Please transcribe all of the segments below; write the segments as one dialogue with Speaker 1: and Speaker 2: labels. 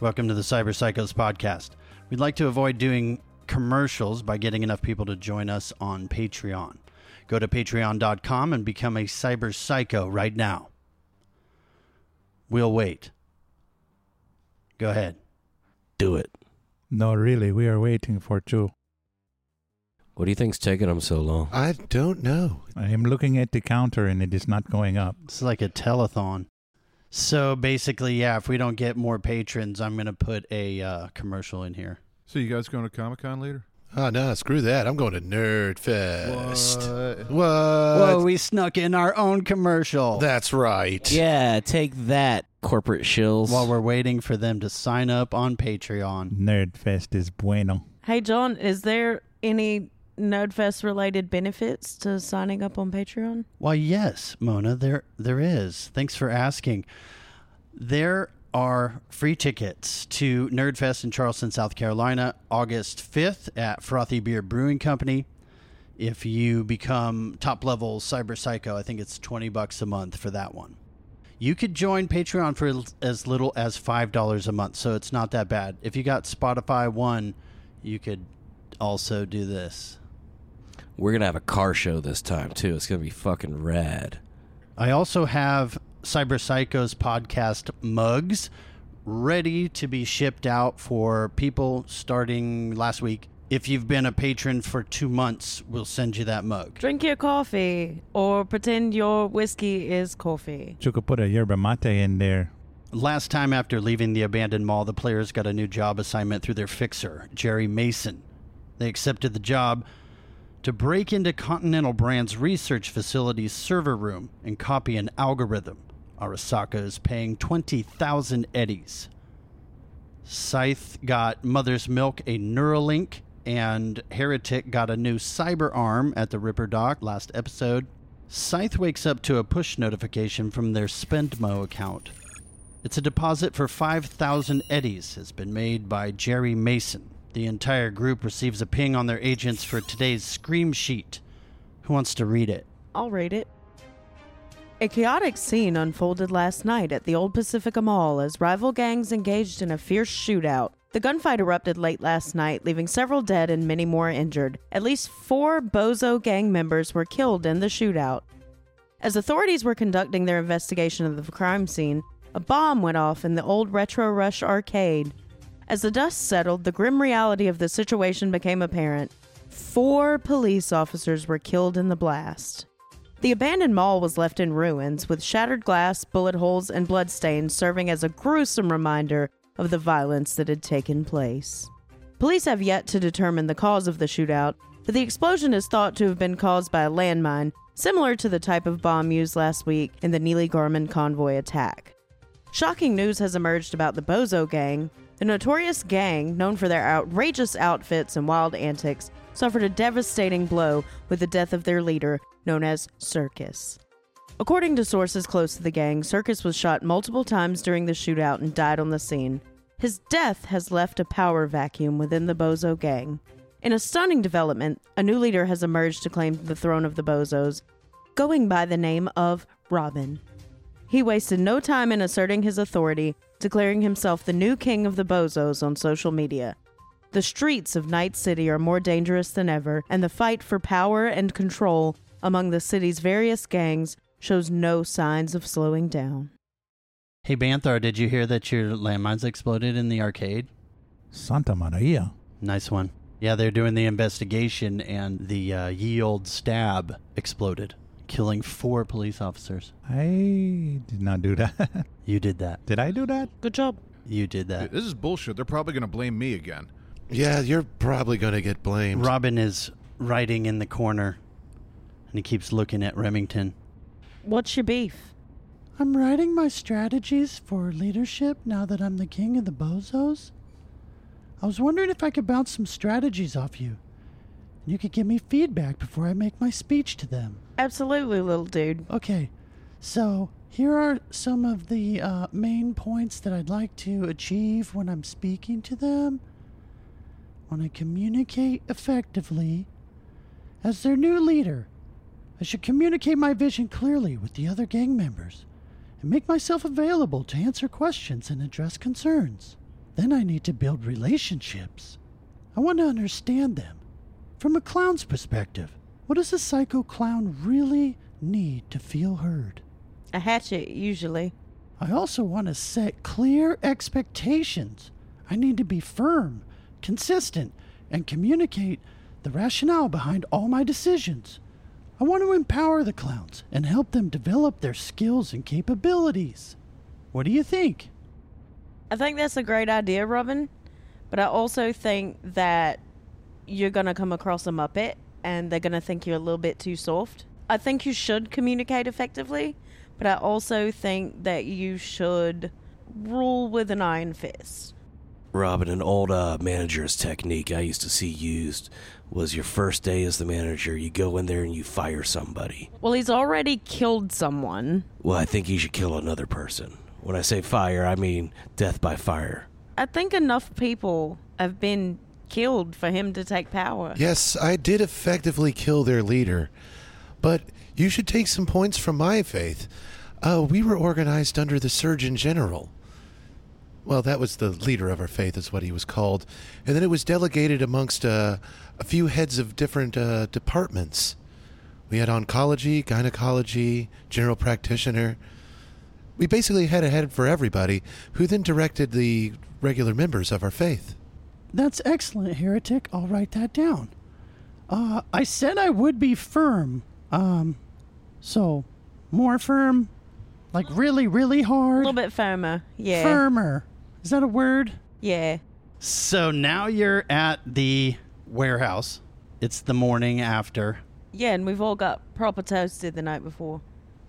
Speaker 1: Welcome to the Cyber Psychos podcast. We'd like to avoid doing commercials by getting enough people to join us on Patreon. Go to patreon.com and become a cyber psycho right now. We'll wait. Go ahead.
Speaker 2: Do it.
Speaker 3: No, really, we are waiting for two.
Speaker 2: What do you think's taking them so long?
Speaker 4: I don't know.
Speaker 3: I am looking at the counter and it is not going up.
Speaker 1: It's like a telethon. So basically, yeah, if we don't get more patrons, I'm going to put a uh, commercial in here.
Speaker 5: So you guys going to Comic Con later?
Speaker 4: Oh, no, screw that. I'm going to Nerd Fest.
Speaker 5: What?
Speaker 4: What?
Speaker 1: Whoa, we snuck in our own commercial.
Speaker 4: That's right.
Speaker 6: Yeah, take that, corporate shills.
Speaker 1: while we're waiting for them to sign up on Patreon.
Speaker 3: Nerdfest is bueno.
Speaker 7: Hey, John, is there any Nerdfest related benefits to signing up on Patreon?
Speaker 1: Why, yes, Mona, there there is. Thanks for asking. There are free tickets to Nerdfest in Charleston, South Carolina, August 5th at Frothy Beer Brewing Company. If you become top level cyber psycho, I think it's 20 bucks a month for that one. You could join Patreon for l- as little as $5 a month, so it's not that bad. If you got Spotify One, you could also do this.
Speaker 2: We're gonna have a car show this time too. It's gonna be fucking rad.
Speaker 1: I also have Cyber Psychos podcast mugs ready to be shipped out for people starting last week. If you've been a patron for two months, we'll send you that mug.
Speaker 7: Drink your coffee or pretend your whiskey is coffee.
Speaker 3: You could put a yerba mate in there.
Speaker 1: Last time after leaving the abandoned mall, the players got a new job assignment through their fixer, Jerry Mason. They accepted the job to break into Continental Brand's research facility's server room and copy an algorithm. Arasaka is paying 20,000 eddies. Scythe got Mother's Milk a Neuralink, and Heretic got a new cyber arm at the Ripper Dock last episode. Scythe wakes up to a push notification from their Spendmo account. It's a deposit for 5,000 eddies has been made by Jerry Mason. The entire group receives a ping on their agents for today's scream sheet. Who wants to read it?
Speaker 7: I'll read it. A chaotic scene unfolded last night at the Old Pacifica Mall as rival gangs engaged in a fierce shootout. The gunfight erupted late last night, leaving several dead and many more injured. At least four Bozo gang members were killed in the shootout. As authorities were conducting their investigation of the crime scene, a bomb went off in the old Retro Rush arcade. As the dust settled, the grim reality of the situation became apparent. Four police officers were killed in the blast. The abandoned mall was left in ruins, with shattered glass, bullet holes, and bloodstains serving as a gruesome reminder of the violence that had taken place. Police have yet to determine the cause of the shootout, but the explosion is thought to have been caused by a landmine, similar to the type of bomb used last week in the Neely Garmin convoy attack. Shocking news has emerged about the Bozo Gang. The notorious gang, known for their outrageous outfits and wild antics, suffered a devastating blow with the death of their leader, known as Circus. According to sources close to the gang, Circus was shot multiple times during the shootout and died on the scene. His death has left a power vacuum within the Bozo gang. In a stunning development, a new leader has emerged to claim the throne of the Bozos, going by the name of Robin. He wasted no time in asserting his authority, declaring himself the new king of the bozos on social media. The streets of Night City are more dangerous than ever, and the fight for power and control among the city's various gangs shows no signs of slowing down.
Speaker 1: Hey, Banthar, did you hear that your landmines exploded in the arcade?
Speaker 3: Santa Maria.
Speaker 1: Nice one. Yeah, they're doing the investigation, and the uh, ye old stab exploded, killing four police officers.
Speaker 3: I did not do that.
Speaker 1: You did that.
Speaker 3: did I do that?
Speaker 7: Good job.
Speaker 1: You did that.
Speaker 5: This is bullshit. They're probably going to blame me again.
Speaker 4: Yeah, you're probably going to get blamed.
Speaker 1: Robin is writing in the corner, and he keeps looking at Remington.
Speaker 7: What's your beef?
Speaker 1: I'm writing my strategies for leadership now that I'm the king of the bozos. I was wondering if I could bounce some strategies off you. You could give me feedback before I make my speech to them.
Speaker 7: Absolutely, little dude.
Speaker 1: Okay, so here are some of the uh, main points that I'd like to achieve when I'm speaking to them. When I communicate effectively, as their new leader, I should communicate my vision clearly with the other gang members and make myself available to answer questions and address concerns. Then I need to build relationships. I want to understand them. From a clown's perspective, what does a psycho clown really need to feel heard?
Speaker 7: A hatchet, usually.
Speaker 1: I also want to set clear expectations. I need to be firm, consistent, and communicate the rationale behind all my decisions. I want to empower the clowns and help them develop their skills and capabilities. What do you think?
Speaker 7: I think that's a great idea, Robin. But I also think that you're going to come across a Muppet and they're going to think you're a little bit too soft. I think you should communicate effectively, but I also think that you should rule with an iron fist.
Speaker 2: Robin, an old uh, manager's technique I used to see used was your first day as the manager, you go in there and you fire somebody.
Speaker 7: Well, he's already killed someone.
Speaker 2: Well, I think you should kill another person. When I say fire, I mean death by fire.
Speaker 7: I think enough people have been killed for him to take power.
Speaker 4: Yes, I did effectively kill their leader, but you should take some points from my faith. Uh, we were organized under the Surgeon General. Well, that was the leader of our faith, is what he was called. And then it was delegated amongst uh, a few heads of different uh, departments. We had oncology, gynecology, general practitioner. We basically had a head for everybody, who then directed the regular members of our faith.
Speaker 1: That's excellent, heretic. I'll write that down. Uh, I said I would be firm. Um, so more firm, like really, really
Speaker 7: A
Speaker 1: hard.
Speaker 7: little bit firmer. Yeah.
Speaker 1: Firmer. Is that a word?
Speaker 7: Yeah.
Speaker 1: So now you're at the warehouse. It's the morning after.
Speaker 7: Yeah, and we've all got proper toasted the night before.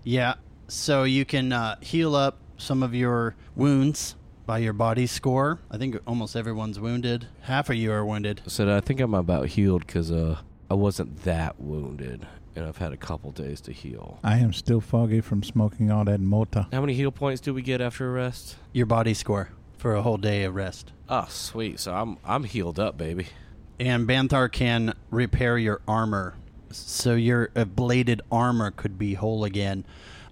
Speaker 1: Yeah. So you can uh, heal up some of your wounds by your body score. I think almost everyone's wounded. Half of you are wounded.
Speaker 2: Said I think I'm about healed because uh, I wasn't that wounded, and I've had a couple days to heal.
Speaker 3: I am still foggy from smoking all that mota.
Speaker 2: How many heal points do we get after a rest?
Speaker 1: Your body score for a whole day of rest.
Speaker 2: Oh, sweet. So I'm I'm healed up, baby.
Speaker 1: And Banthar can repair your armor. So your ablated armor could be whole again.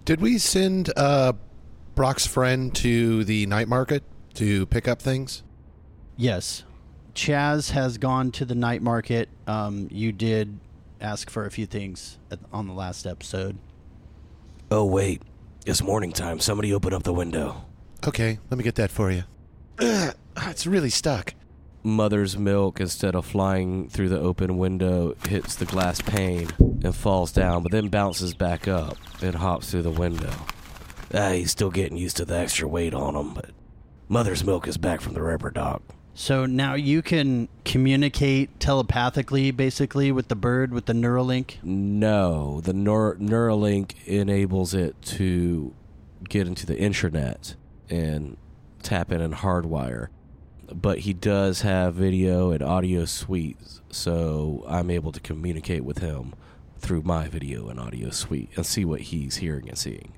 Speaker 4: Did we send uh, Brock's friend to the night market to pick up things?
Speaker 1: Yes. Chaz has gone to the night market. Um, you did ask for a few things at, on the last episode.
Speaker 2: Oh wait, it's morning time. Somebody open up the window.
Speaker 4: Okay, let me get that for you. it's really stuck.
Speaker 2: Mother's milk, instead of flying through the open window, hits the glass pane and falls down, but then bounces back up and hops through the window. Ah, he's still getting used to the extra weight on him, but Mother's milk is back from the river dock.
Speaker 1: So now you can communicate telepathically, basically, with the bird with the Neuralink.
Speaker 2: No, the Neur- Neuralink enables it to get into the intranet and tap in and hardwire. But he does have video and audio suites, so I'm able to communicate with him through my video and audio suite and see what he's hearing and seeing.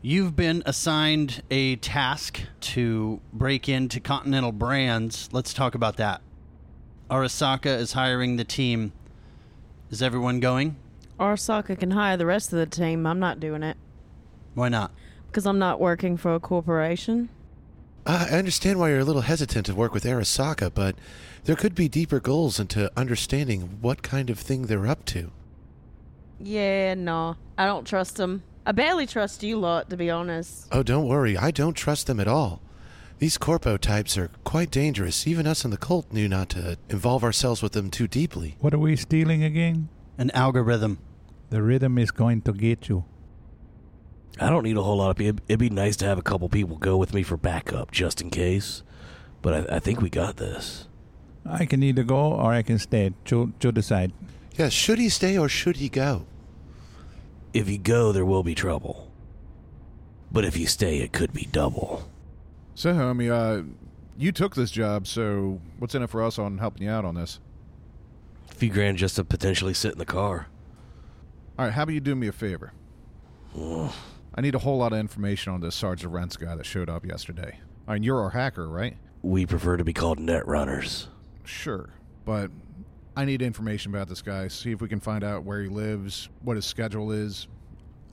Speaker 1: You've been assigned a task to break into Continental Brands. Let's talk about that. Arasaka is hiring the team. Is everyone going?
Speaker 7: Arasaka can hire the rest of the team. I'm not doing it
Speaker 1: Why not?
Speaker 7: because I'm not working for a corporation.
Speaker 4: Uh, I understand why you're a little hesitant to work with Arasaka, but there could be deeper goals into understanding what kind of thing they're up to.
Speaker 7: Yeah, no. I don't trust them. I barely trust you lot, to be honest.
Speaker 4: Oh, don't worry, I don't trust them at all. These corpo types are quite dangerous. Even us in the cult knew not to involve ourselves with them too deeply.
Speaker 3: What are we stealing again?
Speaker 1: An algorithm.
Speaker 3: The rhythm is going to get you.
Speaker 2: I don't need a whole lot of people. It'd be nice to have a couple people go with me for backup just in case, but I, I think we got this.
Speaker 3: I can either go or I can stay. To, to decide.
Speaker 4: Yes, should he stay or should he go?
Speaker 2: If you go, there will be trouble. But if you stay, it could be double.
Speaker 5: So, homie, uh, you took this job, so what's in it for us on helping you out on this?
Speaker 2: A few grand just to potentially sit in the car.
Speaker 5: All right, how about you do me a favor? I need a whole lot of information on this Sergeant Rents guy that showed up yesterday. I mean, you're our hacker, right?
Speaker 2: We prefer to be called net runners.
Speaker 5: Sure, but I need information about this guy. See if we can find out where he lives, what his schedule is.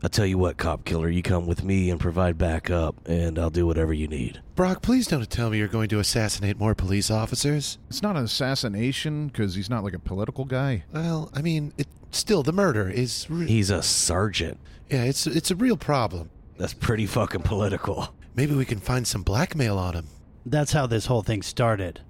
Speaker 2: I tell you what, cop killer, you come with me and provide backup, and I'll do whatever you need.
Speaker 4: Brock, please don't tell me you're going to assassinate more police officers.
Speaker 5: It's not an assassination because he's not like a political guy.
Speaker 4: Well, I mean, it, still, the murder is. Re-
Speaker 2: He's a sergeant.
Speaker 4: yeah, it's, it's a real problem.
Speaker 2: That's pretty fucking political.
Speaker 4: Maybe we can find some blackmail on him.
Speaker 1: That's how this whole thing started.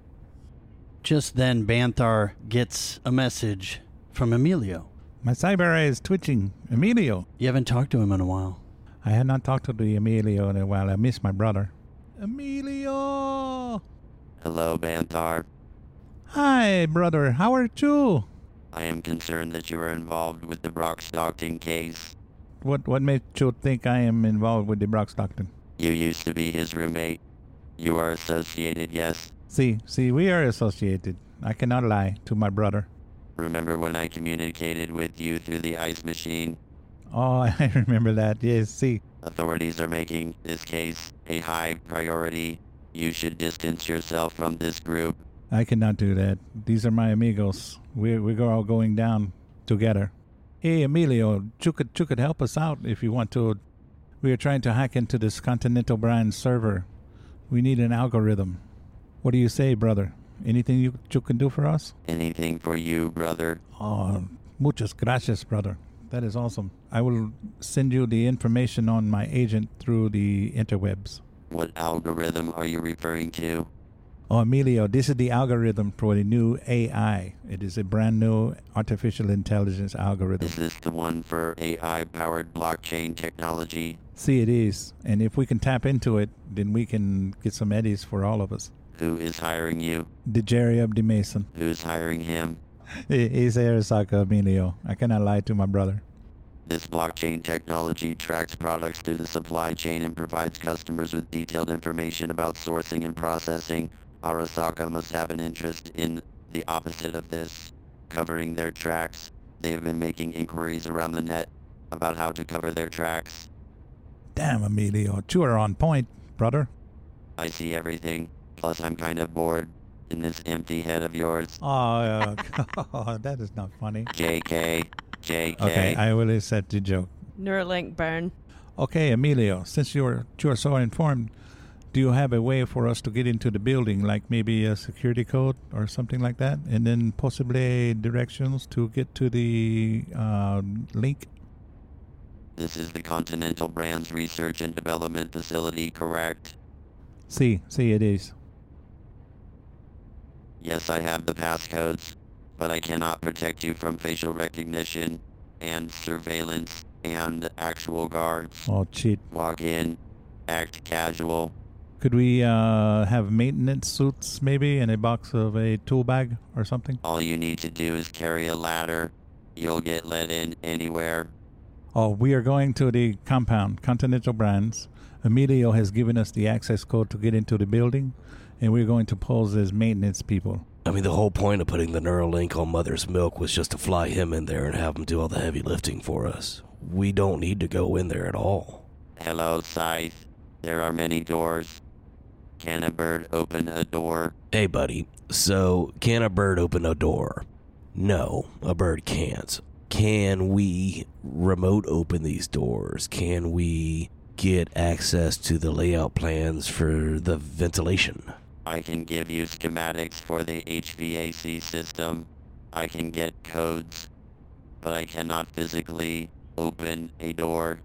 Speaker 1: Just then, Banthar gets a message from Emilio.
Speaker 3: My cyber eye is twitching. Emilio.
Speaker 1: You haven't talked to him in a while.
Speaker 3: I had not talked to the Emilio in a while. I miss my brother. Emilio!
Speaker 8: Hello, Banthar.
Speaker 3: Hi, brother. How are you?
Speaker 8: I am concerned that you are involved with the Brock Stockton case.
Speaker 3: What what made you think I am involved with the Brock Stockton?
Speaker 8: You used to be his roommate. You are associated, yes.
Speaker 3: See, see, we are associated. I cannot lie to my brother.
Speaker 8: Remember when I communicated with you through the ice machine?
Speaker 3: Oh, I remember that. Yes, see.
Speaker 8: Authorities are making this case a high priority. You should distance yourself from this group.
Speaker 3: I cannot do that. These are my amigos. We're, we're all going down together. Hey, Emilio, you could, you could help us out if you want to. We are trying to hack into this Continental Brand server. We need an algorithm. What do you say, brother? Anything you, you can do for us?
Speaker 8: Anything for you, brother.
Speaker 3: Oh, muchas gracias, brother. That is awesome. I will send you the information on my agent through the interwebs.
Speaker 8: What algorithm are you referring to?
Speaker 3: Oh, Emilio, this is the algorithm for the new AI. It is a brand new artificial intelligence algorithm.
Speaker 8: Is this the one for AI powered blockchain technology?
Speaker 3: See, it is. And if we can tap into it, then we can get some eddies for all of us.
Speaker 8: Who is hiring you?
Speaker 3: The Jerry of the Mason.
Speaker 8: Who's hiring him?
Speaker 3: He- He's Arisaka Emilio. I cannot lie to my brother.
Speaker 8: This blockchain technology tracks products through the supply chain and provides customers with detailed information about sourcing and processing. Arasaka must have an interest in the opposite of this. Covering their tracks, they have been making inquiries around the net about how to cover their tracks.
Speaker 3: Damn, Emilio. You are on point, brother.
Speaker 8: I see everything, plus I'm kind of bored in this empty head of yours.
Speaker 3: Oh, uh, God, that is not funny.
Speaker 8: JK, JK.
Speaker 3: Okay, I will accept the joke.
Speaker 7: Neuralink burn.
Speaker 3: Okay, Emilio, since you're you're so informed, do you have a way for us to get into the building, like maybe a security code or something like that, and then possibly directions to get to the uh, link?
Speaker 8: This is the Continental Brands Research and Development Facility, correct?
Speaker 3: See, see, it is.
Speaker 8: Yes, I have the passcodes, but I cannot protect you from facial recognition and surveillance and actual guards.
Speaker 3: Oh, cheat.
Speaker 8: Walk in, act casual.
Speaker 3: Could we uh, have maintenance suits maybe and a box of a tool bag or something?
Speaker 8: All you need to do is carry a ladder. You'll get let in anywhere.
Speaker 3: Oh, we are going to the compound, Continental Brands. Emilio has given us the access code to get into the building, and we're going to pose as maintenance people.
Speaker 2: I mean, the whole point of putting the Neuralink on Mother's Milk was just to fly him in there and have him do all the heavy lifting for us. We don't need to go in there at all.
Speaker 8: Hello, Scythe. There are many doors. Can a bird open a door?
Speaker 2: Hey, buddy, so can a bird open a door? No, a bird can't. Can we remote open these doors? Can we get access to the layout plans for the ventilation?
Speaker 8: I can give you schematics for the HVAC system. I can get codes, but I cannot physically open a door.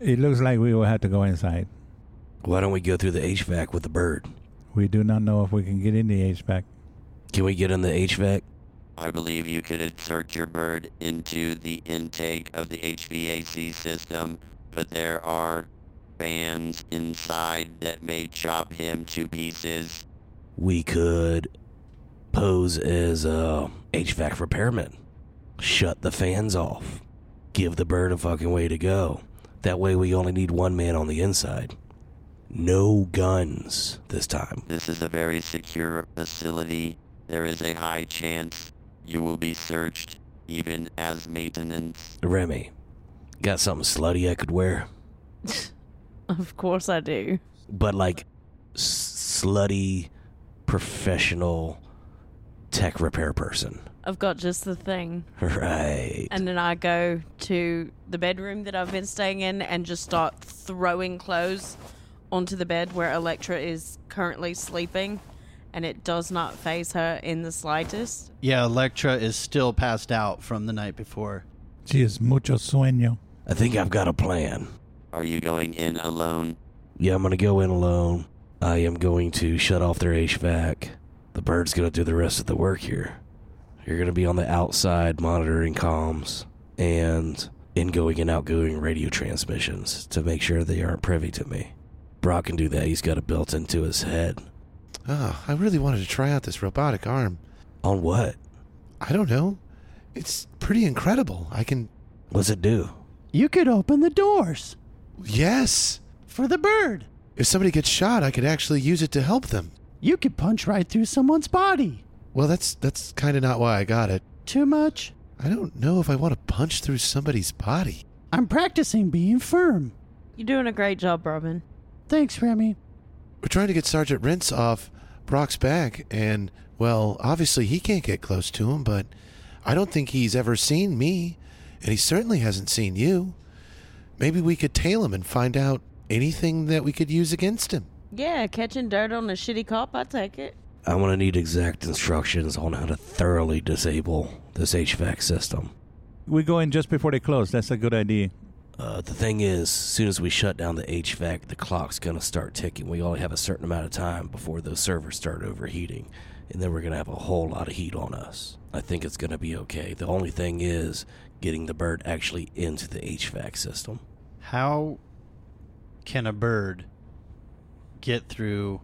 Speaker 3: It looks like we will have to go inside.
Speaker 2: Why don't we go through the HVAC with the bird?
Speaker 3: We do not know if we can get in the HVAC.
Speaker 2: Can we get in the HVAC?
Speaker 8: I believe you could insert your bird into the intake of the HVAC system, but there are fans inside that may chop him to pieces.
Speaker 2: we could pose as a HVAC repairman, shut the fans off, give the bird a fucking way to go. That way, we only need one man on the inside. No guns this time.
Speaker 8: This is a very secure facility. There is a high chance you will be searched, even as maintenance.
Speaker 2: Remy, got something slutty I could wear,
Speaker 7: Of course I do.
Speaker 2: but like s- slutty, professional, tech repair person.
Speaker 7: I've got just the thing.
Speaker 2: Right.
Speaker 7: And then I go to the bedroom that I've been staying in and just start throwing clothes onto the bed where Electra is currently sleeping. And it does not phase her in the slightest.
Speaker 1: Yeah, Electra is still passed out from the night before.
Speaker 3: She is mucho sueño.
Speaker 2: I think I've got a plan.
Speaker 8: Are you going in alone?
Speaker 2: Yeah, I'm going to go in alone. I am going to shut off their HVAC. The bird's going to do the rest of the work here. You're going to be on the outside monitoring comms and ingoing and outgoing radio transmissions to make sure they aren't privy to me. Brock can do that. He's got it built into his head.
Speaker 4: Ah, I really wanted to try out this robotic arm.
Speaker 2: On what?
Speaker 4: I don't know. It's pretty incredible. I can.
Speaker 2: What's it do?
Speaker 1: You could open the doors
Speaker 4: Yes!
Speaker 1: for the bird.
Speaker 4: If somebody gets shot, I could actually use it to help them.
Speaker 1: You could punch right through someone's body.
Speaker 4: Well, that's that's kind of not why I got it.
Speaker 1: Too much?
Speaker 4: I don't know if I want to punch through somebody's body.
Speaker 1: I'm practicing being firm.
Speaker 7: You're doing a great job, Robin.
Speaker 1: Thanks, Remy.
Speaker 4: We're trying to get Sergeant Rents off Brock's back, and, well, obviously he can't get close to him, but I don't think he's ever seen me, and he certainly hasn't seen you. Maybe we could tail him and find out anything that we could use against him.
Speaker 7: Yeah, catching dirt on a shitty cop, I take it.
Speaker 2: I'm going to need exact instructions on how to thoroughly disable this HVAC system.
Speaker 3: We go in just before they close. That's a good idea.
Speaker 2: Uh, the thing is, as soon as we shut down the HVAC, the clock's going to start ticking. We only have a certain amount of time before those servers start overheating, and then we're going to have a whole lot of heat on us. I think it's going to be okay. The only thing is getting the bird actually into the HVAC system.
Speaker 1: How can a bird get through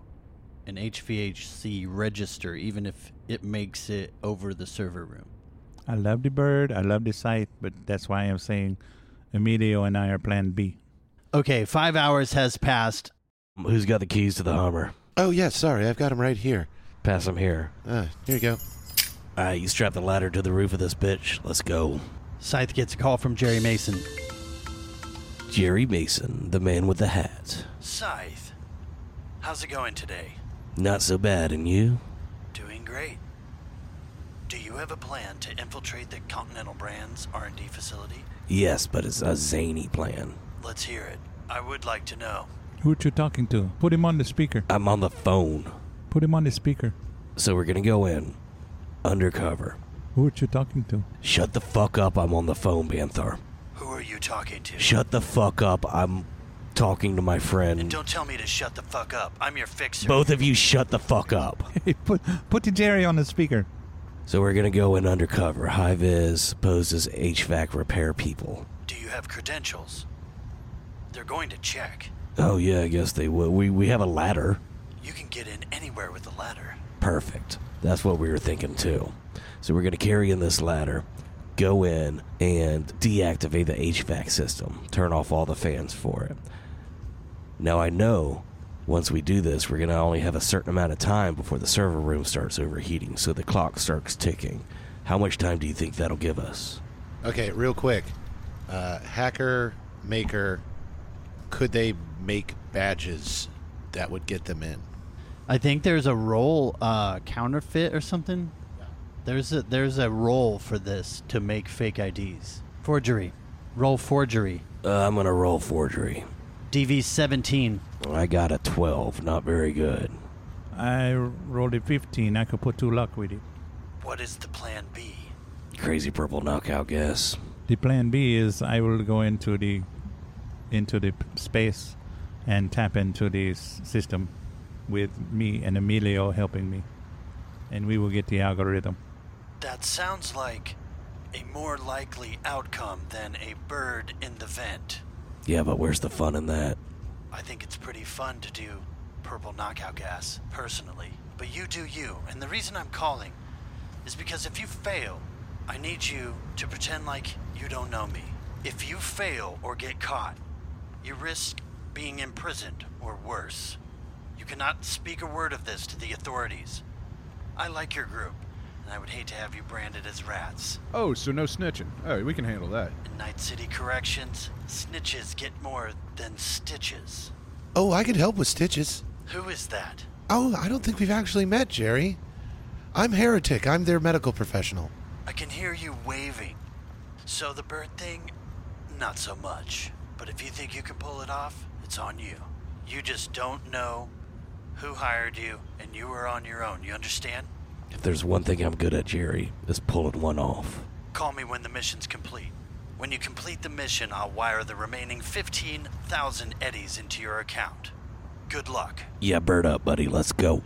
Speaker 1: an HVAC register even if it makes it over the server room?
Speaker 3: I love the bird. I love the sight, but that's why I'm saying Emilio and I are plan B.
Speaker 1: Okay, five hours has passed.
Speaker 2: Who's got the keys to the Hummer?
Speaker 4: Oh, yeah, sorry, I've got him right here.
Speaker 2: Pass them here.
Speaker 4: Ah, here you go.
Speaker 2: All right, you strap the ladder to the roof of this bitch. Let's go.
Speaker 1: Scythe gets a call from Jerry Mason.
Speaker 2: Jerry Mason, the man with the hat.
Speaker 1: Scythe, how's it going today?
Speaker 2: Not so bad, and you?
Speaker 1: Doing great. Do you have a plan to infiltrate the Continental Brands R&D facility?
Speaker 2: Yes, but it's a zany plan.
Speaker 1: Let's hear it. I would like to know.
Speaker 3: Who are you talking to? Put him on the speaker.
Speaker 2: I'm on the phone.
Speaker 3: Put him on the speaker.
Speaker 2: So we're gonna go in undercover.
Speaker 3: Who are you talking to?
Speaker 2: Shut the fuck up! I'm on the phone, Banthar.
Speaker 1: Who are you talking to?
Speaker 2: Shut the fuck up! I'm talking to my
Speaker 1: and
Speaker 2: friend.
Speaker 1: don't tell me to shut the fuck up. I'm your fixer.
Speaker 2: Both of you, shut the fuck up.
Speaker 3: Hey, put put the Jerry on the speaker.
Speaker 2: So we're gonna go in undercover. High Viz poses HVAC repair people.
Speaker 1: Do you have credentials? They're going to check.
Speaker 2: Oh yeah, I guess they would. We we have a ladder.
Speaker 1: You can get in anywhere with a ladder.
Speaker 2: Perfect. That's what we were thinking too. So we're going to carry in this ladder, go in and deactivate the HVAC system, turn off all the fans for it. Now I know once we do this, we're going to only have a certain amount of time before the server room starts overheating, so the clock starts ticking. How much time do you think that'll give us?
Speaker 4: Okay, real quick. Uh, hacker, maker, could they make badges that would get them in?
Speaker 1: I think there's a roll uh, counterfeit or something. There's a there's a roll for this to make fake IDs. Forgery. Roll forgery.
Speaker 2: Uh, I'm going to roll forgery.
Speaker 1: DV 17.
Speaker 2: I got a 12, not very good.
Speaker 3: I rolled a 15. I could put two luck with it.
Speaker 1: What is the plan B?
Speaker 2: Crazy purple knockout guess.
Speaker 3: The plan B is I will go into the into the p- space and tap into the s- system with me and Emilio helping me, and we will get the algorithm.
Speaker 1: That sounds like a more likely outcome than a bird in the vent.
Speaker 2: Yeah, but where's the fun in that?
Speaker 1: I think it's pretty fun to do purple knockout gas, personally. But you do you, and the reason I'm calling is because if you fail, I need you to pretend like you don't know me. If you fail or get caught, you risk being imprisoned or worse. You cannot speak a word of this to the authorities. I like your group, and I would hate to have you branded as rats.
Speaker 5: Oh, so no snitching. Oh, we can handle that.
Speaker 1: In Night City Corrections, snitches get more than stitches.
Speaker 4: Oh, I could help with stitches.
Speaker 1: Who is that?
Speaker 4: Oh, I don't think we've actually met, Jerry. I'm Heretic. I'm their medical professional.
Speaker 1: I can hear you waving. So the bird thing, not so much. But if you think you can pull it off, it's on you. You just don't know who hired you, and you are on your own. You understand?
Speaker 2: If there's one thing I'm good at, Jerry, is pulling one off.
Speaker 1: Call me when the mission's complete. When you complete the mission, I'll wire the remaining 15,000 eddies into your account. Good luck.
Speaker 2: Yeah, bird up, buddy. Let's go.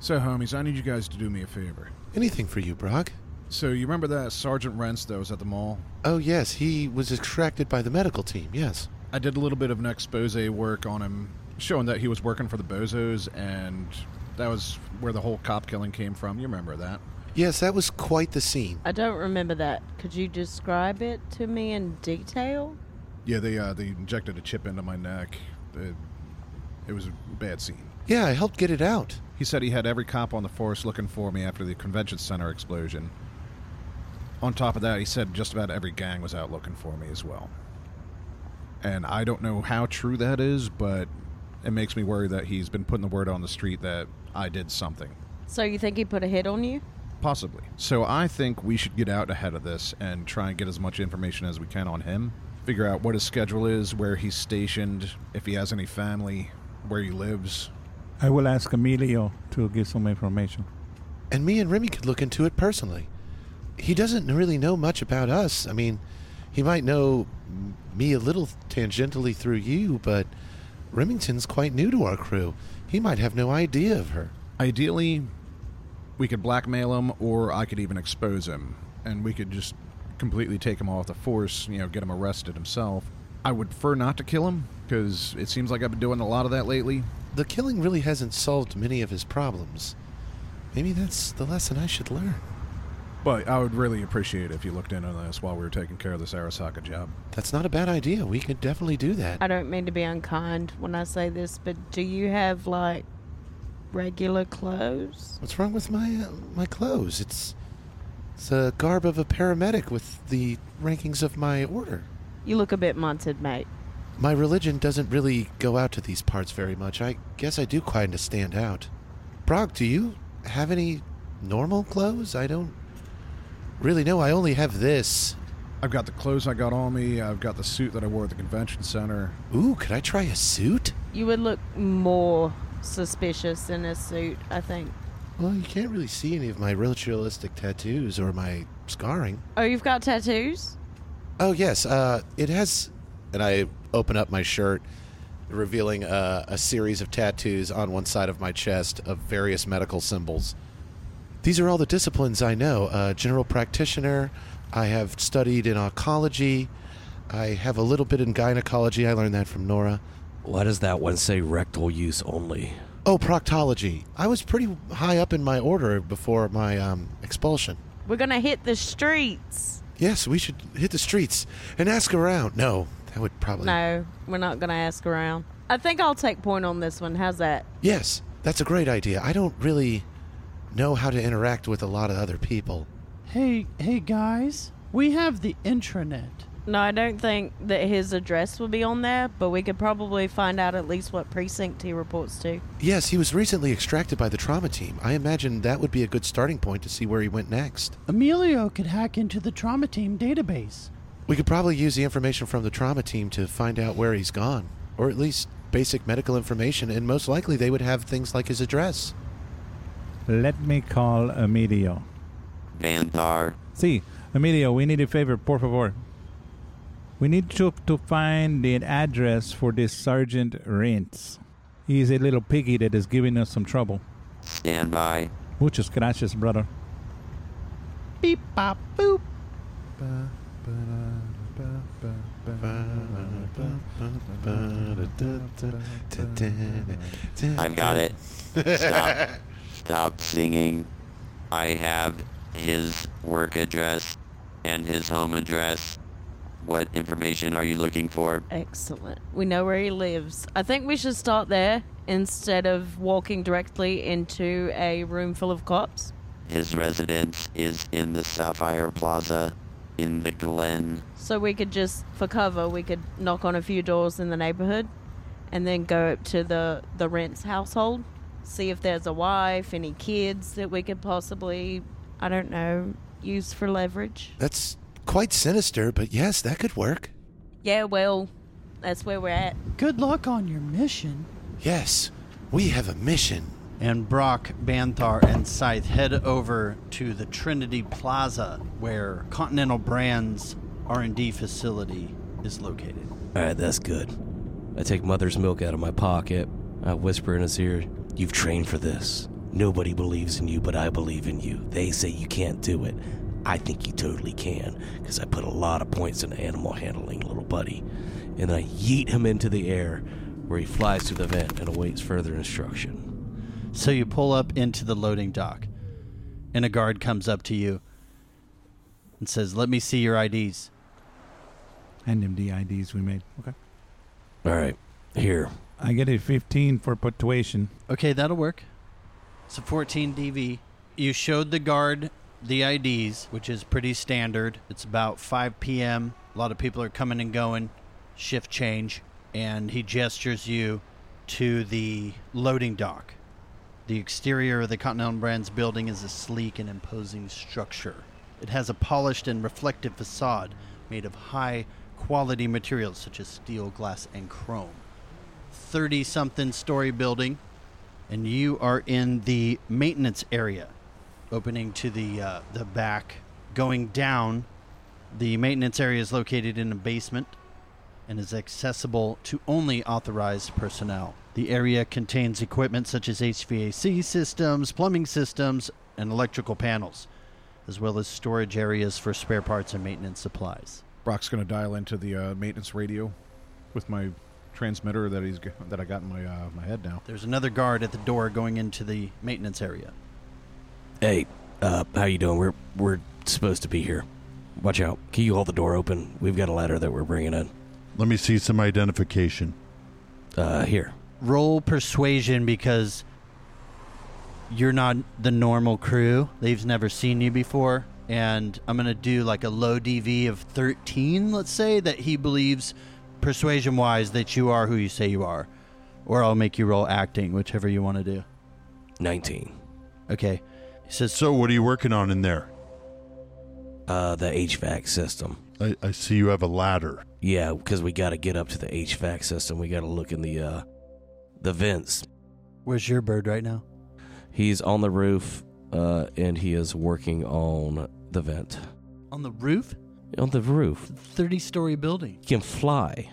Speaker 5: So, homies, I need you guys to do me a favor.
Speaker 4: Anything for you, Brock.
Speaker 5: So, you remember that Sergeant Rents that was at the mall?
Speaker 4: Oh, yes, he was extracted by the medical team, yes.
Speaker 5: I did a little bit of an expose work on him, showing that he was working for the Bozos, and that was where the whole cop killing came from. You remember that?
Speaker 4: Yes, that was quite the scene.
Speaker 7: I don't remember that. Could you describe it to me in detail?
Speaker 5: Yeah, they uh, they injected a chip into my neck. It, it was a bad scene.
Speaker 4: Yeah, I helped get it out.
Speaker 5: He said he had every cop on the force looking for me after the convention center explosion. On top of that, he said just about every gang was out looking for me as well. And I don't know how true that is, but it makes me worry that he's been putting the word on the street that I did something.
Speaker 7: So you think he put a hit on you?
Speaker 5: Possibly. So I think we should get out ahead of this and try and get as much information as we can on him. Figure out what his schedule is, where he's stationed, if he has any family, where he lives.
Speaker 3: I will ask Emilio to give some information.
Speaker 4: And me and Remy could look into it personally. He doesn't really know much about us. I mean, he might know m- me a little tangentially through you, but Remington's quite new to our crew. He might have no idea of her.
Speaker 5: Ideally, we could blackmail him, or I could even expose him, and we could just completely take him off the force. You know, get him arrested himself. I would prefer not to kill him because it seems like I've been doing a lot of that lately.
Speaker 4: The killing really hasn't solved many of his problems. Maybe that's the lesson I should learn.
Speaker 5: But I would really appreciate it if you looked in on this while we were taking care of this Arasaka job.
Speaker 4: That's not a bad idea. We could definitely do that.
Speaker 7: I don't mean to be unkind when I say this, but do you have like regular clothes?
Speaker 4: What's wrong with my uh, my clothes? It's it's the garb of a paramedic with the rankings of my order.
Speaker 7: You look a bit munted, mate.
Speaker 4: My religion doesn't really go out to these parts very much. I guess I do kind of stand out. Brock, do you have any normal clothes? I don't really know. I only have this.
Speaker 5: I've got the clothes I got on me. I've got the suit that I wore at the convention center.
Speaker 4: Ooh, could I try a suit?
Speaker 7: You would look more suspicious in a suit, I think.
Speaker 4: Well, you can't really see any of my ritualistic tattoos or my scarring.
Speaker 7: Oh, you've got tattoos?
Speaker 4: Oh yes, uh, it has. And I open up my shirt, revealing uh, a series of tattoos on one side of my chest of various medical symbols. These are all the disciplines I know. Uh, general practitioner. I have studied in oncology. I have a little bit in gynecology. I learned that from Nora.
Speaker 2: Why does that one say rectal use only?
Speaker 4: Oh, proctology. I was pretty high up in my order before my um, expulsion.
Speaker 7: We're gonna hit the streets.
Speaker 4: Yes, we should hit the streets and ask around. No, that would probably.
Speaker 7: No, we're not gonna ask around. I think I'll take point on this one. How's that?
Speaker 4: Yes, that's a great idea. I don't really know how to interact with a lot of other people.
Speaker 1: Hey, hey guys, we have the intranet.
Speaker 7: No, I don't think that his address will be on there, but we could probably find out at least what precinct he reports to.
Speaker 4: Yes, he was recently extracted by the trauma team. I imagine that would be a good starting point to see where he went next.
Speaker 1: Emilio could hack into the trauma team database.
Speaker 4: We could probably use the information from the trauma team to find out where he's gone, or at least basic medical information, and most likely they would have things like his address.
Speaker 3: Let me call Emilio.
Speaker 8: Vandar,
Speaker 3: See, Emilio, we need a favor, por favor. We need to, to find the address for this Sergeant Rents. He's a little piggy that is giving us some trouble.
Speaker 8: stand by.
Speaker 3: Muchas gracias, brother.
Speaker 1: Beep bop boop.
Speaker 8: I've got it. Stop. Stop singing. I have his work address and his home address. What information are you looking for?
Speaker 7: Excellent. We know where he lives. I think we should start there instead of walking directly into a room full of cops.
Speaker 8: His residence is in the Sapphire Plaza in the Glen.
Speaker 7: So we could just, for cover, we could knock on a few doors in the neighborhood and then go up to the, the Rents household see if there's a wife, any kids that we could possibly, I don't know, use for leverage.
Speaker 4: That's quite sinister, but yes, that could work.
Speaker 7: Yeah, well, that's where we're at.
Speaker 1: Good luck on your mission.
Speaker 4: Yes, we have a mission.
Speaker 9: and Brock, Banthar, and Scythe head over to the Trinity Plaza where Continental Brands R&D facility is located.
Speaker 2: All right, that's good. I take Mother's milk out of my pocket. I whisper in his ear, You've trained for this. Nobody believes in you, but I believe in you. They say you can't do it. I think you totally can, because I put a lot of points into animal handling, little buddy. And I yeet him into the air, where he flies through the vent and awaits further instruction.
Speaker 9: So you pull up into the loading dock, and a guard comes up to you and says, "Let me see your IDs."
Speaker 3: And them the IDs we made. Okay.
Speaker 2: All right, here.
Speaker 3: I get a 15 for perpetuation.
Speaker 9: Okay, that'll work. It's a 14 DV. You showed the guard the IDs, which is pretty standard. It's about 5 p.m. A lot of people are coming and going, shift change, and he gestures you to the loading dock. The exterior of the Continental Brands building is a sleek and imposing structure. It has a polished and reflective facade made of high quality materials such as steel, glass, and chrome. 30 something story building and you are in the maintenance area, opening to the uh, the back, going down. The maintenance area is located in a basement and is accessible to only authorized personnel. The area contains equipment such as HVAC systems, plumbing systems, and electrical panels, as well as storage areas for spare parts and maintenance supplies.
Speaker 5: Brock's going to dial into the uh, maintenance radio with my transmitter that he's g- that I got in my uh, my head now.
Speaker 9: There's another guard at the door going into the maintenance area.
Speaker 2: Hey, uh, how you doing? We're we're supposed to be here. Watch out. Can you hold the door open? We've got a ladder that we're bringing in.
Speaker 10: Let me see some identification.
Speaker 2: Uh, here.
Speaker 9: roll persuasion because you're not the normal crew. They've never seen you before. And I'm going to do like a low DV of 13, let's say, that he believes persuasion wise that you are who you say you are. Or I'll make you roll acting, whichever you want to do.
Speaker 2: 19.
Speaker 9: Okay. He says,
Speaker 10: So, what are you working on in there?
Speaker 2: Uh, the HVAC system.
Speaker 10: I, I see you have a ladder.
Speaker 2: Yeah, because we got to get up to the HVAC system. We got to look in the uh, the vents.
Speaker 9: Where's your bird right now?
Speaker 2: He's on the roof, uh, and he is working on the vent.
Speaker 9: On the roof?
Speaker 2: On the roof,
Speaker 9: It's a 30 story building.
Speaker 2: he can fly.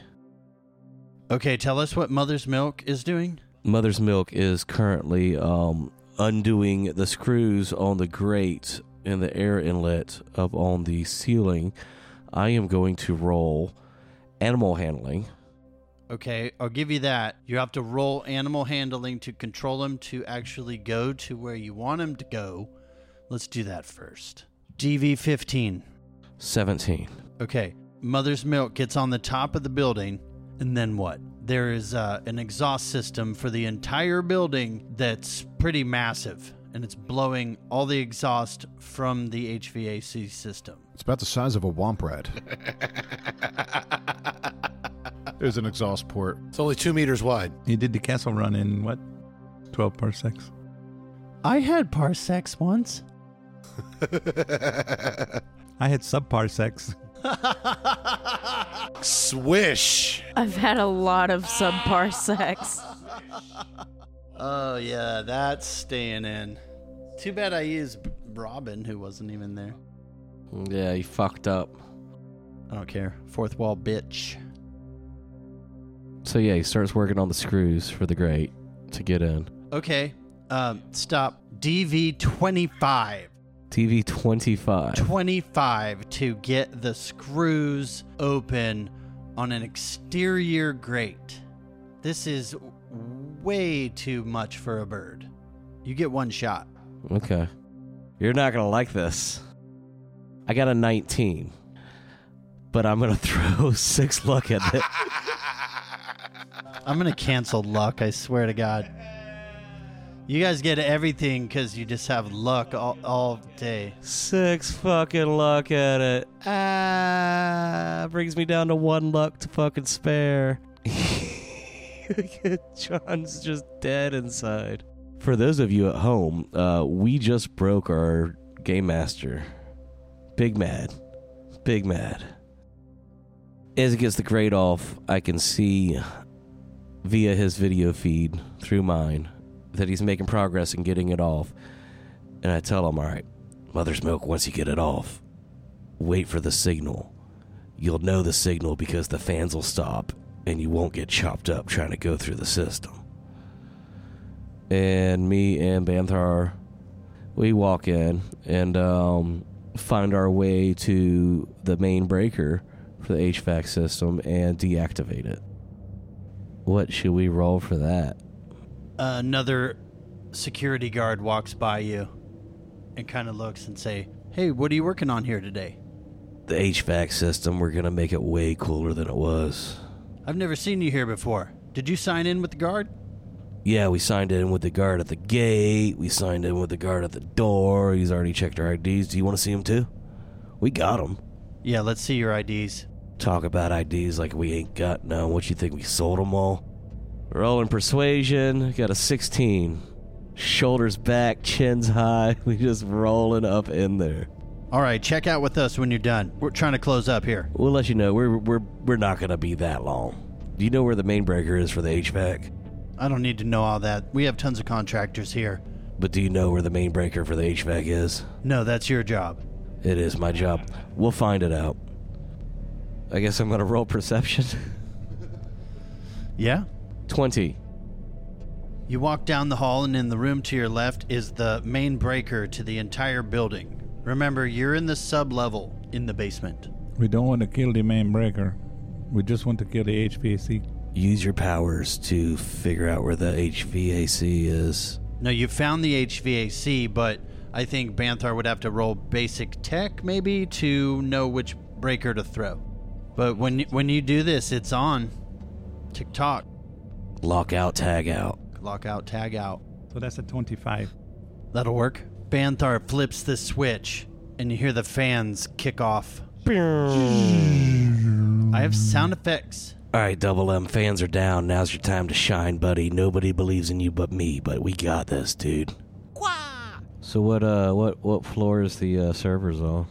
Speaker 9: Okay, tell us what Mother's Milk is doing.
Speaker 2: Mother's Milk is currently um, undoing the screws on the grate in the air inlet up on the ceiling. I am going to roll animal handling.
Speaker 9: Okay, I'll give you that. You have to roll animal handling to control him to actually go to where you want him to go. Let's do that first. DV 15.
Speaker 2: 17.
Speaker 9: Okay, Mother's Milk gets on the top of the building, and then what? There is uh, an exhaust system for the entire building that's pretty massive, and it's blowing all the exhaust from the HVAC system.
Speaker 5: It's about the size of a womp rat. There's an exhaust port.
Speaker 4: It's only two meters wide.
Speaker 3: You did the castle run in what? 12 parsecs.
Speaker 1: I had parsecs once.
Speaker 3: I had sub parsecs.
Speaker 4: Swish!
Speaker 7: I've had a lot of subpar sex.
Speaker 9: Oh, yeah, that's staying in. Too bad I used Robin, who wasn't even there.
Speaker 2: Yeah, he fucked up.
Speaker 9: I don't care. Fourth wall, bitch.
Speaker 2: So yeah, he starts working on the screws for the grate to get in.
Speaker 9: Okay. Um, stop. DV 25.
Speaker 2: TV 25.
Speaker 9: 25 to get the screws open on an exterior grate. This is way too much for a bird. You get one shot.
Speaker 2: Okay. You're not going to like this. I got a 19. But I'm going to throw 6 luck at it.
Speaker 9: I'm going to cancel luck, I swear to God. You guys get everything because you just have luck all, all day.
Speaker 2: 6 fucking luck at it. Ah, brings me down to 1 luck to fucking spare. John's just dead inside. For those of you at home, uh, we just broke our game master. Big mad. Big mad. As it gets the grade off, I can see via his video feed through mine that he's making progress in getting it off. And I tell him, all right, Mother's Milk, once you get it off, wait for the signal. You'll know the signal because the fans will stop and you won't get chopped up trying to go through the system. And me and Banthar, we walk in and um, find our way to the main breaker for the HVAC system and deactivate it. What should we roll for that?
Speaker 1: another security guard walks by you and kind of looks and say, "Hey, what are you working on here today?"
Speaker 2: The HVAC system, we're going to make it way cooler than it was.
Speaker 1: I've never seen you here before. Did you sign in with the guard?
Speaker 2: Yeah, we signed in with the guard at the gate. We signed in with the guard at the door. He's already checked our IDs. Do you want to see him too? We got him.
Speaker 1: Yeah, let's see your IDs.
Speaker 2: Talk about IDs like we ain't got none. What you think we sold them all? Rolling persuasion. Got a 16. Shoulders back, chins high. We just rolling up in there.
Speaker 1: All right, check out with us when you're done. We're trying to close up here.
Speaker 2: We'll let you know. We're we're we're not gonna be that long. Do you know where the main breaker is for the HVAC?
Speaker 1: I don't need to know all that. We have tons of contractors here.
Speaker 2: But do you know where the main breaker for the HVAC is?
Speaker 1: No, that's your job.
Speaker 2: It is my job. We'll find it out. I guess I'm gonna roll perception.
Speaker 1: Yeah?
Speaker 2: Twenty.
Speaker 1: You walk down the hall, and in the room to your left is the main breaker to the entire building. Remember, you're in the sub level in the basement.
Speaker 3: We don't want to kill the main breaker. We just want to kill the HVAC.
Speaker 2: Use your powers to figure out where the HVAC is.
Speaker 1: No, you found the HVAC, but I think Banthar would have to roll basic tech maybe to know which breaker to throw. But when when you do this, it's on. Tick tock,
Speaker 2: Lock out, tag out.
Speaker 1: lock out, tag out.
Speaker 3: So that's a 25.
Speaker 1: That'll work. Banthar flips the switch, and you hear the fans kick off. I have sound effects.
Speaker 2: All right, Double M, fans are down. Now's your time to shine, buddy. Nobody believes in you but me, but we got this, dude. So what? Uh, what? What floor is the uh, servers on?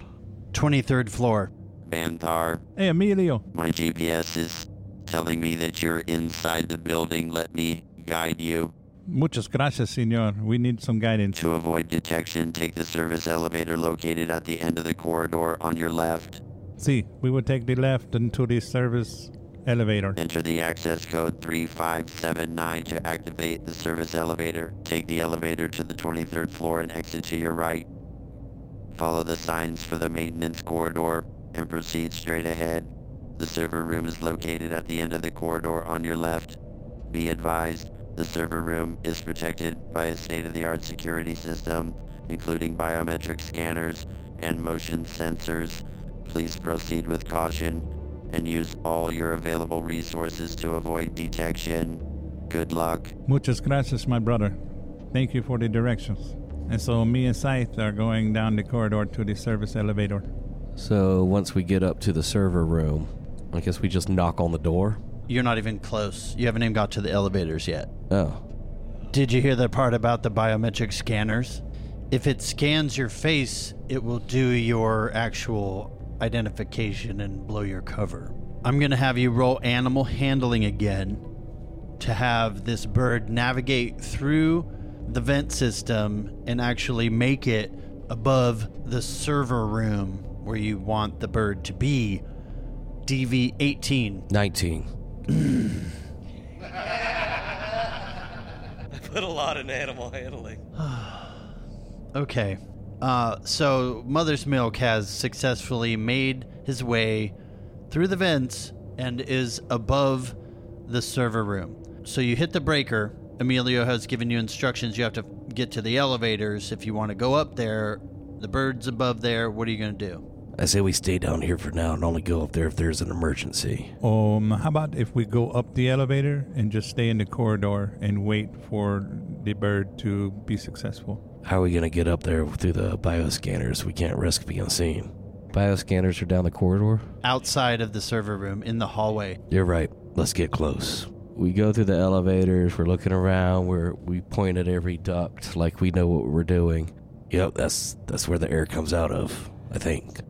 Speaker 1: 23rd floor.
Speaker 8: Banthar,
Speaker 3: Hey, Emilio.
Speaker 8: my GPS is telling me that you're inside the building. Let me guide you.
Speaker 3: Muchas gracias, senor. We need some guidance.
Speaker 8: To avoid detection, take the service elevator located at the end of the corridor on your left.
Speaker 3: See, we will take the left into the service elevator.
Speaker 8: Enter the access code 3579 to activate the service elevator. Take the elevator to the 23rd floor and exit to your right. Follow the signs for the maintenance corridor and proceed straight ahead. The server room is located at the end of the corridor on your left. Be advised, the server room is protected by a state-of-the-art security system, including biometric scanners and motion sensors. Please proceed with caution and use all your available resources to avoid detection. Good luck.
Speaker 3: Muchas gracias, my brother. Thank you for the directions. And so me and Scythe are going down the corridor to the service elevator.
Speaker 2: So once we get up to the server room, I guess we just knock on the door.
Speaker 1: You're not even close. You haven't even got to the elevators yet.
Speaker 2: Oh,
Speaker 1: Did you hear the part about the biometric scanners? If it scans your face, it will do your actual identification and blow your cover. I'm going to have you roll animal handling again to have this bird navigate through the vent system and actually make it above the server room where you want the bird to be. DV 18.
Speaker 2: 19. I put a lot in animal handling.
Speaker 1: Okay. Uh, so Mother's Milk has successfully made his way through the vents and is above the server room. So you hit the breaker. Emilio has given you instructions. You have to get to the elevators if you want to go up there. The bird's above there. What are you going to do?
Speaker 2: I say we stay down here for now and only go up there if there's an emergency.
Speaker 3: Um, how about if we go up the elevator and just stay in the corridor and wait for the bird to be successful?
Speaker 2: How are we going to get up there through the bioscanners? We can't risk being seen. Bioscanners are down the corridor?
Speaker 1: Outside of the server room in the hallway.
Speaker 2: You're right. Let's get close. we go through the elevators. We're looking around. We're we point at every duct like we know what we're doing. Yep, that's that's where the air comes out of. I think.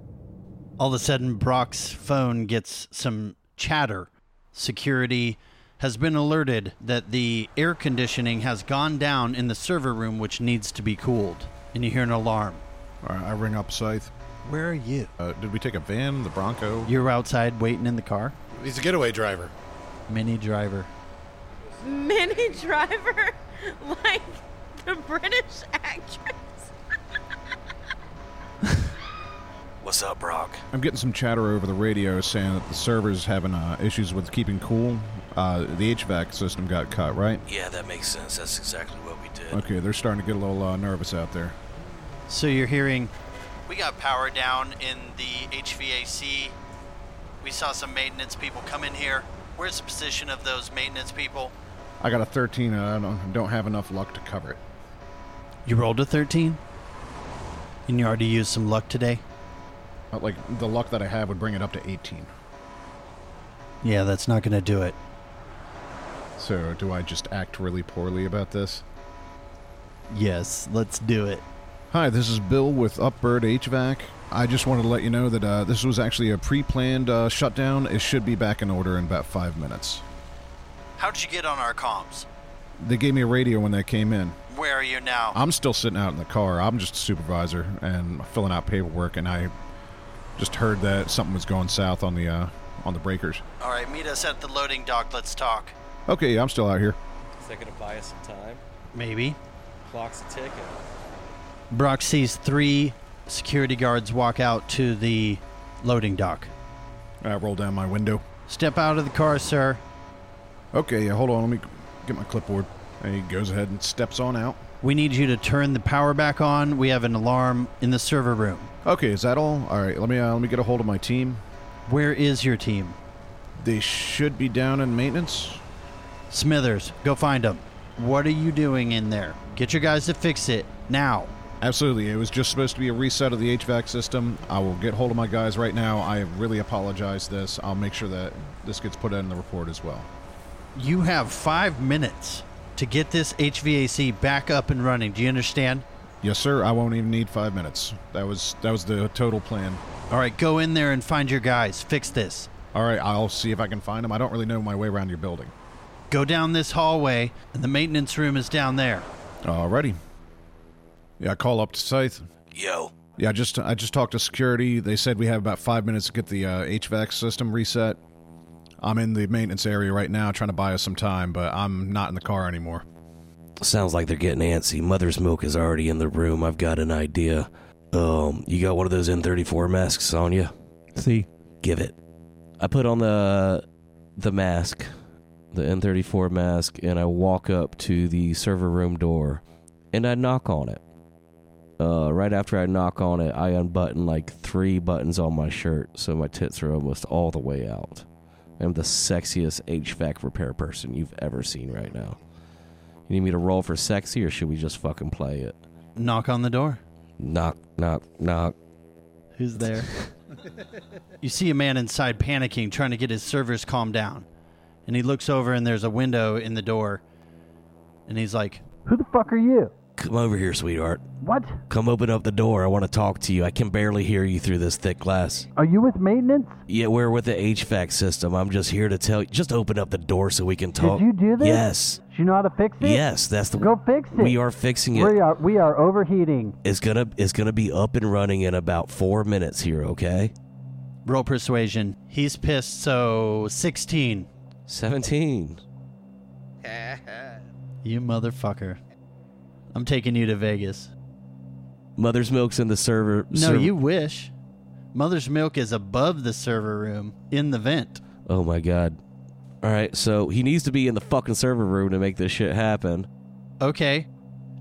Speaker 1: All of a sudden, Brock's phone gets some chatter. Security has been alerted that the air conditioning has gone down in the server room, which needs to be cooled. And you hear an alarm.
Speaker 5: All right, I ring up Scythe.
Speaker 1: Where are you?
Speaker 5: Uh, did we take a van, the Bronco?
Speaker 1: You're outside waiting in the car.
Speaker 4: He's a getaway driver.
Speaker 1: Mini driver.
Speaker 7: Mini driver, like the British actress.
Speaker 2: What's up, Brock?
Speaker 5: I'm getting some chatter over the radio saying that the server's having uh, issues with keeping cool. Uh, the HVAC system got cut, right?
Speaker 2: Yeah, that makes sense. That's exactly what we did.
Speaker 5: Okay, they're starting to get a little uh, nervous out there.
Speaker 1: So you're hearing, we got power down in the HVAC. We saw some maintenance people come in here. Where's the position of those maintenance people?
Speaker 5: I got a 13 and I don't, don't have enough luck to cover it.
Speaker 1: You rolled a 13? And you already used some luck today?
Speaker 5: Uh, Like, the luck that I have would bring it up to 18.
Speaker 1: Yeah, that's not going to do it.
Speaker 5: So, do I just act really poorly about this?
Speaker 1: Yes, let's do it.
Speaker 5: Hi, this is Bill with Upbird HVAC. I just wanted to let you know that uh, this was actually a pre planned uh, shutdown. It should be back in order in about five minutes.
Speaker 1: How'd you get on our comms?
Speaker 5: They gave me a radio when they came in.
Speaker 1: Where are you now?
Speaker 5: I'm still sitting out in the car. I'm just a supervisor and filling out paperwork, and I just heard that something was going south on the uh, on the breakers.
Speaker 1: All right, meet us at the loading dock. Let's talk.
Speaker 5: Okay, I'm still out here.
Speaker 2: Is that gonna buy us some time?
Speaker 1: Maybe.
Speaker 2: Clock's a ticking.
Speaker 1: Brock sees three security guards walk out to the loading dock.
Speaker 5: I roll down my window.
Speaker 1: Step out of the car, sir.
Speaker 5: Okay, yeah, hold on. Let me get my clipboard. And he goes ahead and steps on out.
Speaker 1: We need you to turn the power back on. We have an alarm in the server room.
Speaker 5: Okay, is that all? All right, let me uh, let me get a hold of my team.
Speaker 1: Where is your team?
Speaker 5: They should be down in maintenance.
Speaker 1: Smithers, go find them. What are you doing in there? Get your guys to fix it now.
Speaker 5: Absolutely. It was just supposed to be a reset of the HVAC system. I will get hold of my guys right now. I really apologize this. I'll make sure that this gets put in the report as well.
Speaker 1: You have five minutes to get this HVAC back up and running. Do you understand?
Speaker 5: Yes, sir. I won't even need 5 minutes. That was that was the total plan.
Speaker 1: All right, go in there and find your guys. Fix this.
Speaker 5: All right, I'll see if I can find them. I don't really know my way around your building.
Speaker 1: Go down this hallway, and the maintenance room is down there.
Speaker 5: Alrighty. Yeah, I call up to Scythe.
Speaker 2: Yo,
Speaker 5: Yeah, I just I just talked to security. They said we have about five minutes to get the uh, HVAC system reset. I'm in the maintenance area right now, trying to buy us some time, but I'm not in the car anymore.
Speaker 2: sounds like they're getting antsy. Mother's milk is already in the room. I've got an idea. Um, you got one of those N34 masks on you?
Speaker 3: See,
Speaker 2: Give it. I put on the the mask, the N34 mask, and I walk up to the server room door, and I knock on it. Uh, right after I knock on it, I unbutton like three buttons on my shirt, so my tits are almost all the way out. I'm the sexiest HVAC repair person you've ever seen right now. You need me to roll for sexy, or should we just fucking play it?
Speaker 1: Knock on the door.
Speaker 2: Knock, knock, knock.
Speaker 1: Who's there? you see a man inside panicking, trying to get his servers calmed down. And he looks over, and there's a window in the door. And he's like,
Speaker 9: Who the fuck are you?
Speaker 2: Come over here, sweetheart.
Speaker 9: What?
Speaker 2: Come open up the door. I want to talk to you. I can barely hear you through this thick glass.
Speaker 9: Are you with maintenance?
Speaker 2: Yeah, we're with the HVAC system. I'm just here to tell you. Just open up the door so we can talk.
Speaker 9: Did you do this?
Speaker 2: Yes.
Speaker 9: Do you know how to fix it?
Speaker 2: Yes, that's the
Speaker 9: Go fix it.
Speaker 2: We are fixing it.
Speaker 9: We are we are overheating.
Speaker 2: It's gonna it's gonna be up and running in about four minutes here, okay?
Speaker 1: roll persuasion. He's pissed, so 16.
Speaker 2: Seventeen.
Speaker 1: You motherfucker. I'm taking you to Vegas.
Speaker 2: Mother's milk's in the server.
Speaker 1: No,
Speaker 2: serv-
Speaker 1: you wish. Mother's milk is above the server room in the vent.
Speaker 2: Oh my god. All right, so he needs to be in the fucking server room to make this shit happen.
Speaker 1: Okay.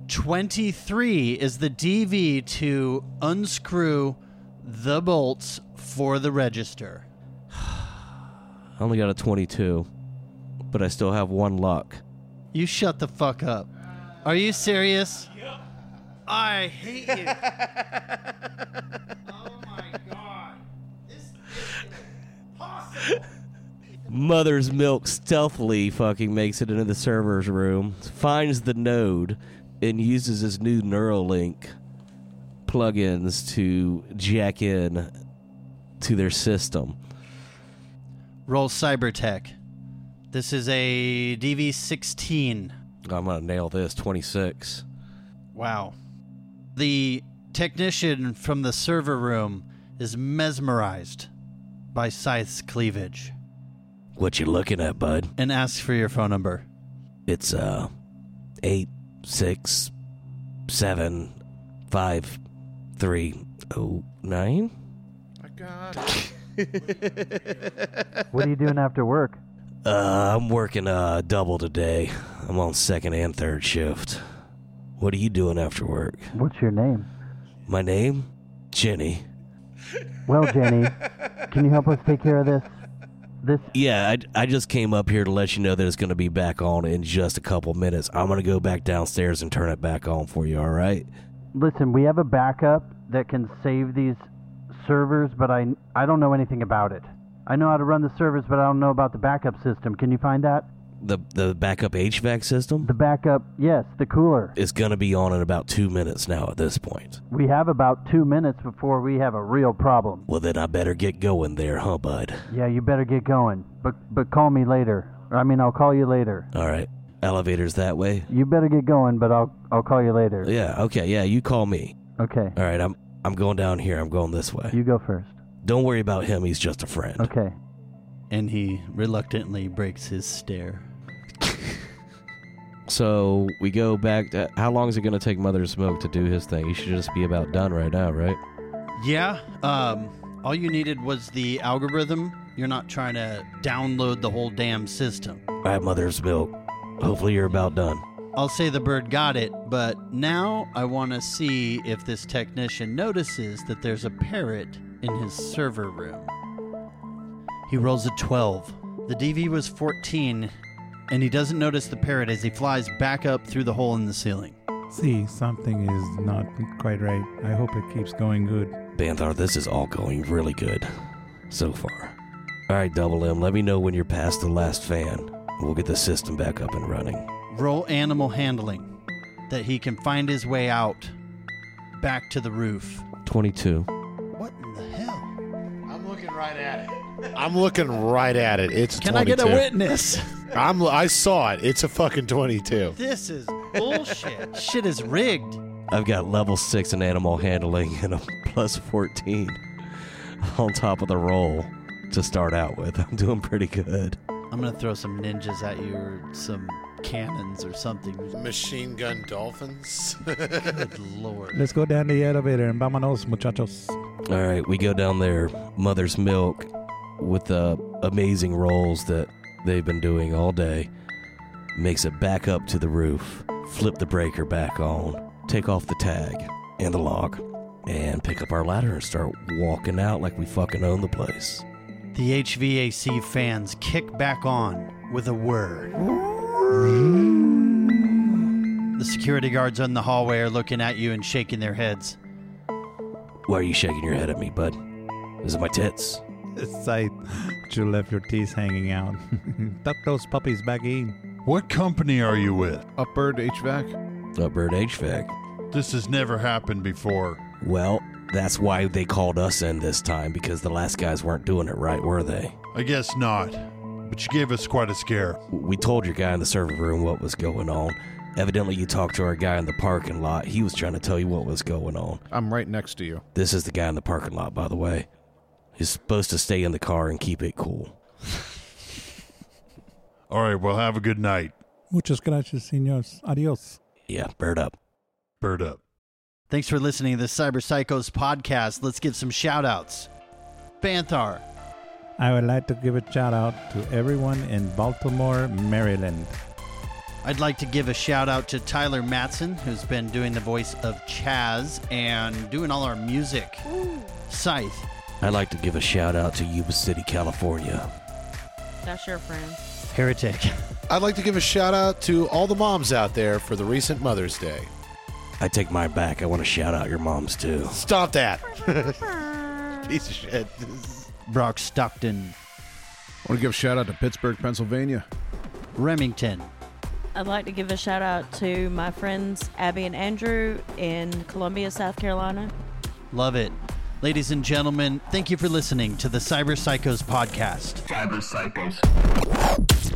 Speaker 1: 23 is the DV to unscrew the bolts for the register.
Speaker 2: I only got a twenty-two, but I still have one luck.
Speaker 1: You shut the fuck up. Are you serious? I hate you. oh my god. This is impossible.
Speaker 2: mother's milk stealthily fucking makes it into the server's room, finds the node, and uses his new Neuralink plugins to jack in to their system.
Speaker 1: Roll Cybertech. This is a DV16.
Speaker 2: I'm gonna nail this. Twenty six.
Speaker 1: Wow. The technician from the server room is mesmerized by Scythe's cleavage
Speaker 2: What you looking at, bud?
Speaker 1: and asks for your phone number.
Speaker 2: It's uh eight six seven five three oh nine.
Speaker 9: What are you doing after work?
Speaker 2: Uh, I'm working uh double today. I'm on second and third shift. What are you doing after work?
Speaker 9: What's your name?
Speaker 2: My name, Jenny.
Speaker 9: Well, Jenny, can you help us take care of this? This
Speaker 2: Yeah, I, I just came up here to let you know that it's going to be back on in just a couple minutes. I'm going to go back downstairs and turn it back on for you, all right?
Speaker 9: listen, we have a backup that can save these servers, but I I don't know anything about it. I know how to run the servers, but I don't know about the backup system. Can you find that?
Speaker 2: The the backup HVAC system
Speaker 9: The backup, yes, the cooler.
Speaker 2: is going to be on in about 2 minutes now at this point.
Speaker 9: We have about two minutes before we have a real problem.
Speaker 2: Well, then I better get going there, huh, bud?
Speaker 9: Yeah, you better get going. But but call me later. Or, I mean, I'll call you later.
Speaker 2: All right. Elevator's that way.
Speaker 9: You better get going, but I'll I'll call you later.
Speaker 2: Yeah, okay. Yeah, you call me.
Speaker 9: Okay.
Speaker 2: All right, I'm I'm going down here. I'm going this way.
Speaker 9: You go first.
Speaker 2: Don't worry about him. He's just a friend.
Speaker 9: Okay.
Speaker 1: And he reluctantly breaks his stare.
Speaker 2: So we go back. To, how long is it going to take Mother's Milk to do his thing? He should just be about done right now, right?
Speaker 1: Yeah, um, all you needed was the algorithm. You're not trying to download the whole damn system.
Speaker 2: All right, Mother's Milk. Hopefully you're about done.
Speaker 1: I'll say the bird got it, but now I want to see if this technician notices that there's a parrot in his server room. He rolls a 12. The DV was 14, and he doesn't notice the parrot as he flies back up through the hole in the ceiling.
Speaker 3: See, something is not quite right. I hope it keeps going good.
Speaker 2: Banthar, this is all going really good so far. All right, Double M, let me know when you're past the last fan. We'll get the system back up and running.
Speaker 1: Roll animal handling that he can find his way out back to the roof.
Speaker 2: 22.
Speaker 1: What in the hell?
Speaker 4: I'm looking right at it. I'm looking right at it. It's
Speaker 1: Can I get a
Speaker 4: 22.
Speaker 1: witness?
Speaker 4: I'm I saw it. It's a fucking 22.
Speaker 1: This is bullshit. Shit is rigged.
Speaker 2: I've got level 6 in animal handling and a plus 14 on top of the roll to start out with. I'm doing pretty good.
Speaker 1: I'm gonna throw some ninjas at you or some cannons or something.
Speaker 4: Machine gun dolphins.
Speaker 1: Good lord.
Speaker 3: Let's go down the elevator and vámonos, muchachos.
Speaker 2: All right, we go down there, Mother's Milk, with the amazing rolls that they've been doing all day. Makes it back up to the roof, flip the breaker back on, take off the tag and the lock, and pick up our ladder and start walking out like we fucking own the place.
Speaker 1: The HVAC fans kick back on with a whir. The security guards on the hallway are looking at you and shaking their heads.
Speaker 2: Why are you shaking your head at me, bud? Is it my tits?
Speaker 3: Sight, you left your teeth hanging out. Tuck those puppies back in.
Speaker 11: What company are you with?
Speaker 5: Upbird HVAC.
Speaker 2: Upbird HVAC.
Speaker 11: This has never happened before.
Speaker 2: E Well, that's why they called us in this time because the last guys weren't doing it right, were they?
Speaker 11: I guess not. But you gave us quite a scare.
Speaker 2: We told your guy in the server room what was going on. Evidently, you talked to our guy in the parking lot. He was trying to tell you what was going on.
Speaker 5: I'm right next to you.
Speaker 2: This is the guy in the parking lot, by the way. He's supposed to stay in the car and keep it cool.
Speaker 11: All right, well, have a good night.
Speaker 3: Muchas gracias, señores. Adios.
Speaker 2: Yeah, bird up.
Speaker 11: Bird up.
Speaker 1: Thanks for listening to the Cyber Psychos podcast. Let's give some shout outs. Banthar,
Speaker 3: I would like to give a shout out to everyone in Baltimore, Maryland.
Speaker 1: I'd like to give a shout out to Tyler Matson, who's been doing the voice of Chaz and doing all our music. Scythe,
Speaker 2: I'd like to give a shout out to Yuba City, California.
Speaker 7: That's your friend.
Speaker 1: Heretic.
Speaker 4: I'd like to give a shout out to all the moms out there for the recent Mother's Day.
Speaker 2: I take mine back. I want to shout out your moms, too.
Speaker 4: Stop that. Piece of shit.
Speaker 1: Brock Stockton.
Speaker 5: I want to give a shout out to Pittsburgh, Pennsylvania.
Speaker 9: Remington.
Speaker 7: I'd like to give a shout out to my friends Abby and Andrew in Columbia, South Carolina.
Speaker 9: Love it. Ladies and gentlemen, thank you for listening to the Cyber Psychos podcast.
Speaker 12: Cyber Psychos.